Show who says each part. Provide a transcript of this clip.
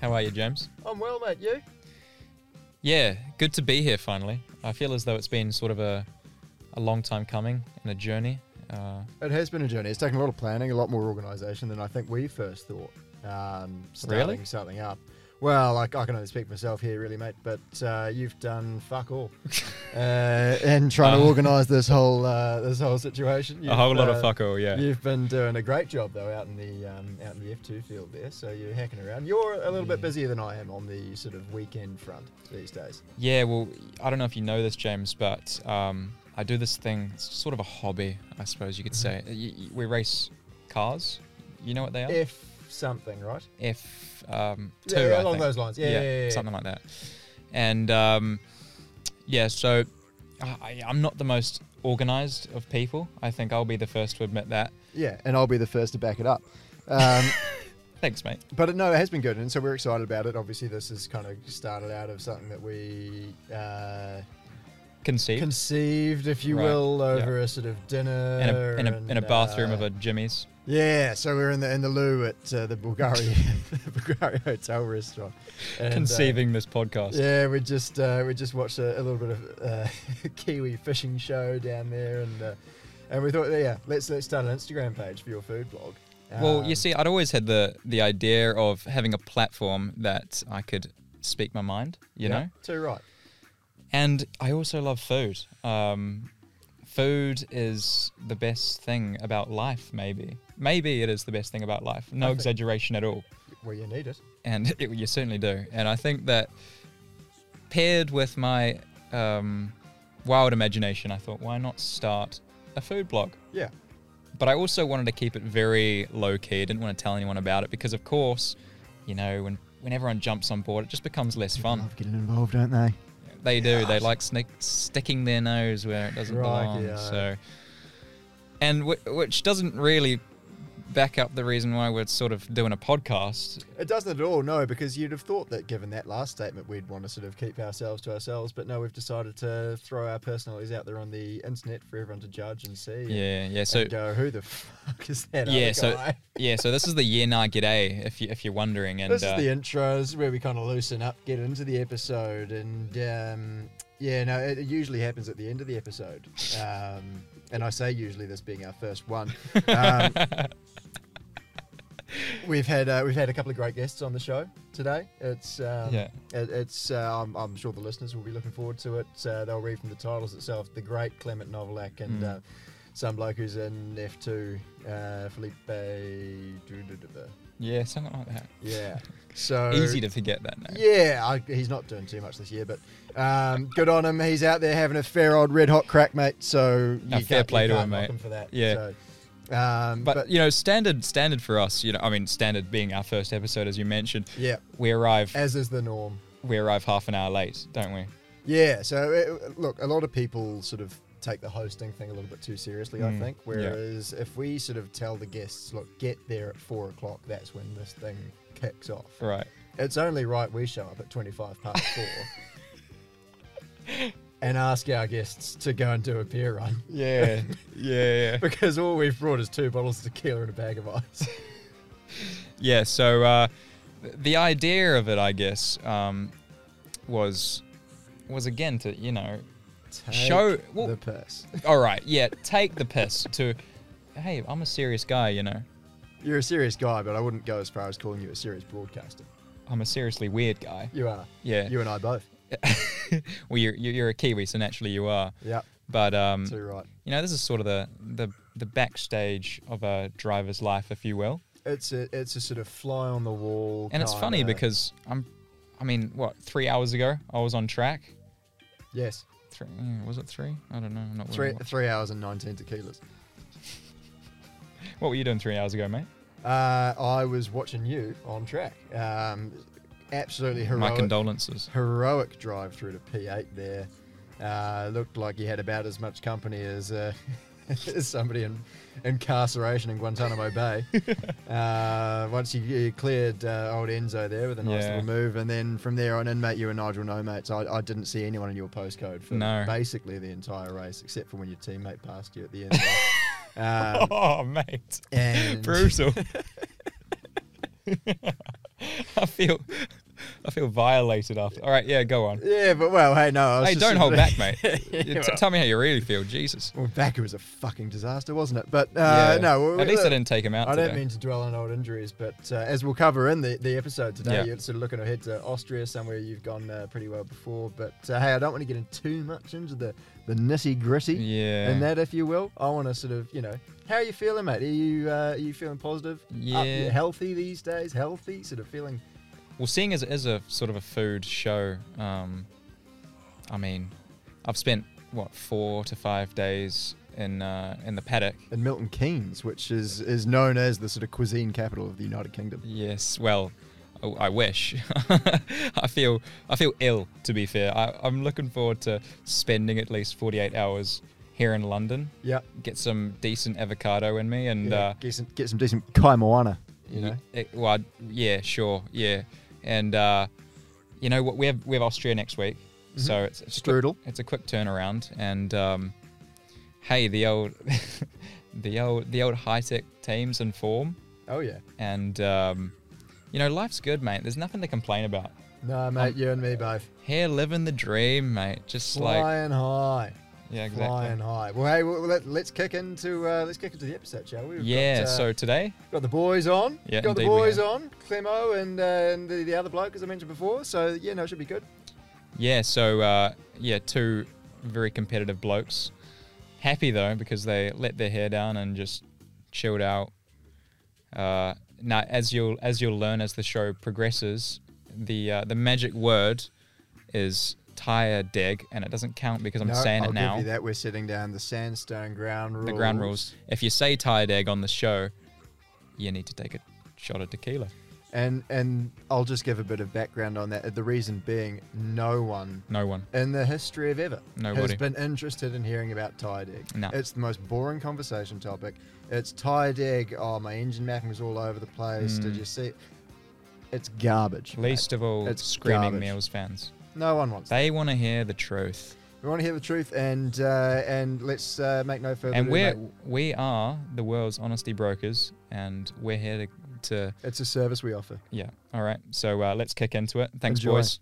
Speaker 1: How are you, James?
Speaker 2: I'm well, mate. You?
Speaker 1: Yeah, good to be here finally. I feel as though it's been sort of a, a long time coming and a journey. Uh,
Speaker 2: It has been a journey. It's taken a lot of planning, a lot more organisation than I think we first thought. Um, starting
Speaker 1: Really?
Speaker 2: something up. Well, I, I can only speak for myself here, really, mate. But uh, you've done fuck all, uh, and trying
Speaker 1: Uh.
Speaker 2: to organise this whole uh, this whole situation.
Speaker 1: a whole
Speaker 2: You've,
Speaker 1: lot
Speaker 2: uh,
Speaker 1: of fuck all, yeah.
Speaker 2: You've been doing a great job though out in the um, out in the F2 field there, so you're hacking around. You're a little bit
Speaker 1: Yeah.
Speaker 2: busier than I am on the sort of weekend front these days.
Speaker 1: Yeah, well, I don't know if you know this, James, but um, I do this thing. It's sort of a hobby, I suppose you could say.
Speaker 2: Mm-hmm.
Speaker 1: Y- y- We race cars. You know what they are?
Speaker 2: F something, right?
Speaker 1: F um, two,
Speaker 2: Yeah, yeah,
Speaker 1: I
Speaker 2: along
Speaker 1: think.
Speaker 2: those lines. Yeah, yeah, yeah, yeah.
Speaker 1: something like that. And um, yeah, so I- I, I'm not the most organized of people. I think I'll be the first to admit that.
Speaker 2: Yeah, and I'll be the first to back it up. Um,
Speaker 1: Thanks, mate.
Speaker 2: but no, it has been good, and so we're excited about it. Obviously, this has kind of started out of something that we uh,
Speaker 1: Conceived
Speaker 2: conceived, if you
Speaker 1: Right,
Speaker 2: will,
Speaker 1: yeah.
Speaker 2: over a sort of dinner
Speaker 1: in a in a, in a
Speaker 2: and,
Speaker 1: bathroom
Speaker 2: uh,
Speaker 1: of a Jimmy's.
Speaker 2: Yeah, so we were in the in the loo at uh, the Bulgaria the Bulgaria hotel restaurant. And, uh,
Speaker 1: Conceiving this podcast.
Speaker 2: yeah, we just uh, we just watched a, a little bit of uh, Kiwi fishing show down there, and uh, and we thought, yeah, let's let's start an Instagram page for your food blog.
Speaker 1: Well,
Speaker 2: Um,
Speaker 1: you see, I'd always had the the idea of having a platform that I could speak my mind, you
Speaker 2: yeah,
Speaker 1: know.
Speaker 2: too right.
Speaker 1: And I also love food. Um, food is the best thing about life, maybe. Maybe it is the best thing about life. No
Speaker 2: I think-
Speaker 1: exaggeration at all.
Speaker 2: Well, you need it.
Speaker 1: And it, you certainly do. And I think that paired with my um, wild imagination, I thought, why not start a food blog?
Speaker 2: Yeah,
Speaker 1: but I also wanted to keep it very low key. I didn't want to tell anyone about it because, of course, you know, when, when everyone jumps on board, it just becomes less fun.
Speaker 2: getting involved, don't they?
Speaker 1: They do. They
Speaker 2: Yes.
Speaker 1: like snick, sticking their nose where it doesn't
Speaker 2: Crikey,
Speaker 1: belong.
Speaker 2: aye.
Speaker 1: So, and w- which doesn't really back up the reason why we're sort of doing a podcast.
Speaker 2: It doesn't at all, no, because you'd have thought that given that last statement, we'd want to sort of keep ourselves to ourselves, but no, we've decided to throw our personalities out there on the internet for everyone to judge and see. and-
Speaker 1: Yeah, yeah. So
Speaker 2: and go, who the fuck is that?
Speaker 1: yeah,
Speaker 2: other
Speaker 1: so
Speaker 2: guy?"
Speaker 1: yeah, so this is the year na g'day. If you if you're wondering, and
Speaker 2: this
Speaker 1: uh,
Speaker 2: is the intro. This is where we kind of loosen up, get into the episode, and um, yeah, no, it, it usually happens at the end of the episode. Um, and I say usually, this being our first one. Um, we've had uh, we've had a couple of great guests on the show today. It's um,
Speaker 1: yeah,
Speaker 2: It, it's uh, I'm, I'm sure the listeners will be looking forward to it. Uh, they'll read from the titles itself. The great Clement Novelak and
Speaker 1: Mm.
Speaker 2: uh, some bloke who's in F2, uh, Felipe. Dududaba.
Speaker 1: yeah, something like that.
Speaker 2: Yeah. So
Speaker 1: Easy to forget that name.
Speaker 2: Yeah, I, he's not doing too much this year, but um, good on him. He's out there having a fair old red hot crack, mate. So
Speaker 1: No,
Speaker 2: you
Speaker 1: fair
Speaker 2: can't-
Speaker 1: play
Speaker 2: you
Speaker 1: to
Speaker 2: can't
Speaker 1: him,
Speaker 2: knock
Speaker 1: mate.
Speaker 2: for that.
Speaker 1: Yeah.
Speaker 2: So, um,
Speaker 1: but,
Speaker 2: but,
Speaker 1: you know, standard standard for us. You know, I mean, standard being our first episode, as you mentioned,
Speaker 2: yeah,
Speaker 1: we arrive
Speaker 2: as is the norm.
Speaker 1: we arrive half an hour late, don't we?
Speaker 2: Yeah, so it, look, a lot of people sort of take the hosting thing a little bit too seriously, I
Speaker 1: Mm,
Speaker 2: think.
Speaker 1: yeah.
Speaker 2: Whereas if we sort of tell the guests, look, get there at four o'clock, that's when this thing kicks off.
Speaker 1: Right.
Speaker 2: It's only right we show up at 25 past four and ask our guests to go and do a beer run
Speaker 1: Yeah. yeah. Yeah.
Speaker 2: because all we've brought is two bottles of tequila and a bag of ice.
Speaker 1: Yeah. So uh, th- the idea of it, I guess, um, was was again to you know,
Speaker 2: Take
Speaker 1: Show- well-
Speaker 2: the piss.
Speaker 1: all right, yeah, take the piss to. Hey, I'm a serious guy, you know.
Speaker 2: You're a serious guy, but I wouldn't go as far as calling you a serious broadcaster.
Speaker 1: I'm a seriously weird guy.
Speaker 2: You are.
Speaker 1: Yeah.
Speaker 2: You and I both.
Speaker 1: well, you're you're you're a Kiwi, so naturally you are.
Speaker 2: Yeah.
Speaker 1: But um,
Speaker 2: Too right.
Speaker 1: you know, this is sort of the the the backstage of a driver's life, if you will.
Speaker 2: It's a it's a sort of fly on the wall.
Speaker 1: And it's funny
Speaker 2: kinda-
Speaker 1: because I'm, I mean, what three hours ago I was on track.
Speaker 2: yes,
Speaker 1: Three, yeah, was it three? I don't know. I'm not
Speaker 2: three
Speaker 1: What,
Speaker 2: three hours and nineteen tequilas.
Speaker 1: what were you doing three hours ago, mate?
Speaker 2: Uh, I was watching you on track. Um, absolutely
Speaker 1: My
Speaker 2: heroic
Speaker 1: condolences.
Speaker 2: heroic drive through to P8 there. Uh, looked like you had about as much company as, uh, as somebody in incarceration in Guantanamo Bay. uh, once you, you cleared uh, old Enzo there with a nice
Speaker 1: Yeah.
Speaker 2: little move, and then from there on in, mate, you and Nigel no mates. I, I didn't see anyone in your postcode for
Speaker 1: No.
Speaker 2: basically the entire race, except for when your teammate passed you at the end. there. um,
Speaker 1: oh, mate,
Speaker 2: and
Speaker 1: brutal. I feel, I feel violated after. All right, yeah, go on.
Speaker 2: Yeah, but well, hey, no. I was
Speaker 1: Hey,
Speaker 2: just
Speaker 1: don't hold back, mate.
Speaker 2: Yeah,
Speaker 1: You t-
Speaker 2: well.
Speaker 1: tell me how you really feel, Jesus.
Speaker 2: Well, back it was a fucking disaster, wasn't it? But uh,
Speaker 1: Yeah.
Speaker 2: no, we-
Speaker 1: At least I
Speaker 2: look,
Speaker 1: didn't take him out.
Speaker 2: I
Speaker 1: today.
Speaker 2: don't mean to dwell on old injuries, but uh, as we'll cover in the, the episode today,
Speaker 1: Yeah.
Speaker 2: you're sort of looking ahead to Austria, somewhere you've gone uh, pretty well before. But uh, hey, I don't want to get in too much into the, the nitty gritty
Speaker 1: Yeah.
Speaker 2: and that, if you will. I want to sort of, you know, how are you feeling, mate? Are you uh, are you feeling positive?
Speaker 1: Yeah.
Speaker 2: Up, you healthy these days? Healthy? Sort of feeling.
Speaker 1: Well, seeing as it is a sort of a food show, um, I mean, I've spent what four to five days in uh, in the paddock.
Speaker 2: in Milton Keynes, which is is known as the sort of cuisine capital of the United Kingdom.
Speaker 1: Yes, well, I, I wish. I feel I feel ill. To be fair, I, I'm looking forward to spending at least 48 hours here in London.
Speaker 2: Yeah,
Speaker 1: Get some decent avocado in me, and
Speaker 2: yeah.
Speaker 1: uh,
Speaker 2: get some get some decent kai moana, you
Speaker 1: Ye-
Speaker 2: know.
Speaker 1: it- well, I'd- yeah, sure, yeah, and uh, you know what? We have we have Austria next week,
Speaker 2: Mm-hmm.
Speaker 1: so it's, it's a quick-
Speaker 2: Strudel.
Speaker 1: it's a quick turnaround, and um, hey, the old, the old, the old high tech teams in form,
Speaker 2: Oh yeah.
Speaker 1: and um, you know life's good, mate. There's nothing to complain about.
Speaker 2: No, mate,
Speaker 1: Um,
Speaker 2: you and me both.
Speaker 1: Here, living the dream, mate. Just like
Speaker 2: Flying high,
Speaker 1: yeah, exactly.
Speaker 2: flying high. Well, hey, well, let, let's kick into uh, let's kick into the episode, shall we? We've
Speaker 1: Yeah.
Speaker 2: got, uh,
Speaker 1: so today,
Speaker 2: got the boys on.
Speaker 1: Yeah,
Speaker 2: got the
Speaker 1: indeed we
Speaker 2: boys
Speaker 1: have.
Speaker 2: on. Clemo and uh, and the, the other bloke, as I mentioned before. So yeah, no, it should be good.
Speaker 1: yeah. So uh, yeah, two very competitive blokes. Happy though because they let their hair down and just chilled out. Uh, now, as you'll as you'll learn as the show progresses, the uh, the magic word is tire deg, and it doesn't count because I'm
Speaker 2: No,
Speaker 1: saying
Speaker 2: I'll
Speaker 1: it now.
Speaker 2: Give you that we're sitting down the sandstone ground rules.
Speaker 1: The ground rules. If you say tire deg on the show, you need to take a shot of tequila.
Speaker 2: And and I'll just give a bit of background on that. The reason being, no one
Speaker 1: No one.
Speaker 2: in the history of ever has
Speaker 1: Nobody.
Speaker 2: been interested in hearing about tired egg.
Speaker 1: No.
Speaker 2: It's the most boring conversation topic. It's tired egg. Oh, my engine mapping was all over the place. Did
Speaker 1: Mm.
Speaker 2: you see? It's garbage. mate.
Speaker 1: Least of all,
Speaker 2: It's
Speaker 1: screaming
Speaker 2: garbage.
Speaker 1: meals fans.
Speaker 2: No one wants. That.
Speaker 1: They want to hear the truth.
Speaker 2: We want to hear the truth, and uh, and let's uh, make no further.
Speaker 1: and
Speaker 2: ado,
Speaker 1: we're
Speaker 2: mate.
Speaker 1: we are the world's honesty brokers, and we're here to, to
Speaker 2: It's a service we offer.
Speaker 1: yeah. All right, so uh, let's kick into it. Thanks,
Speaker 2: Enjoy.
Speaker 1: boys.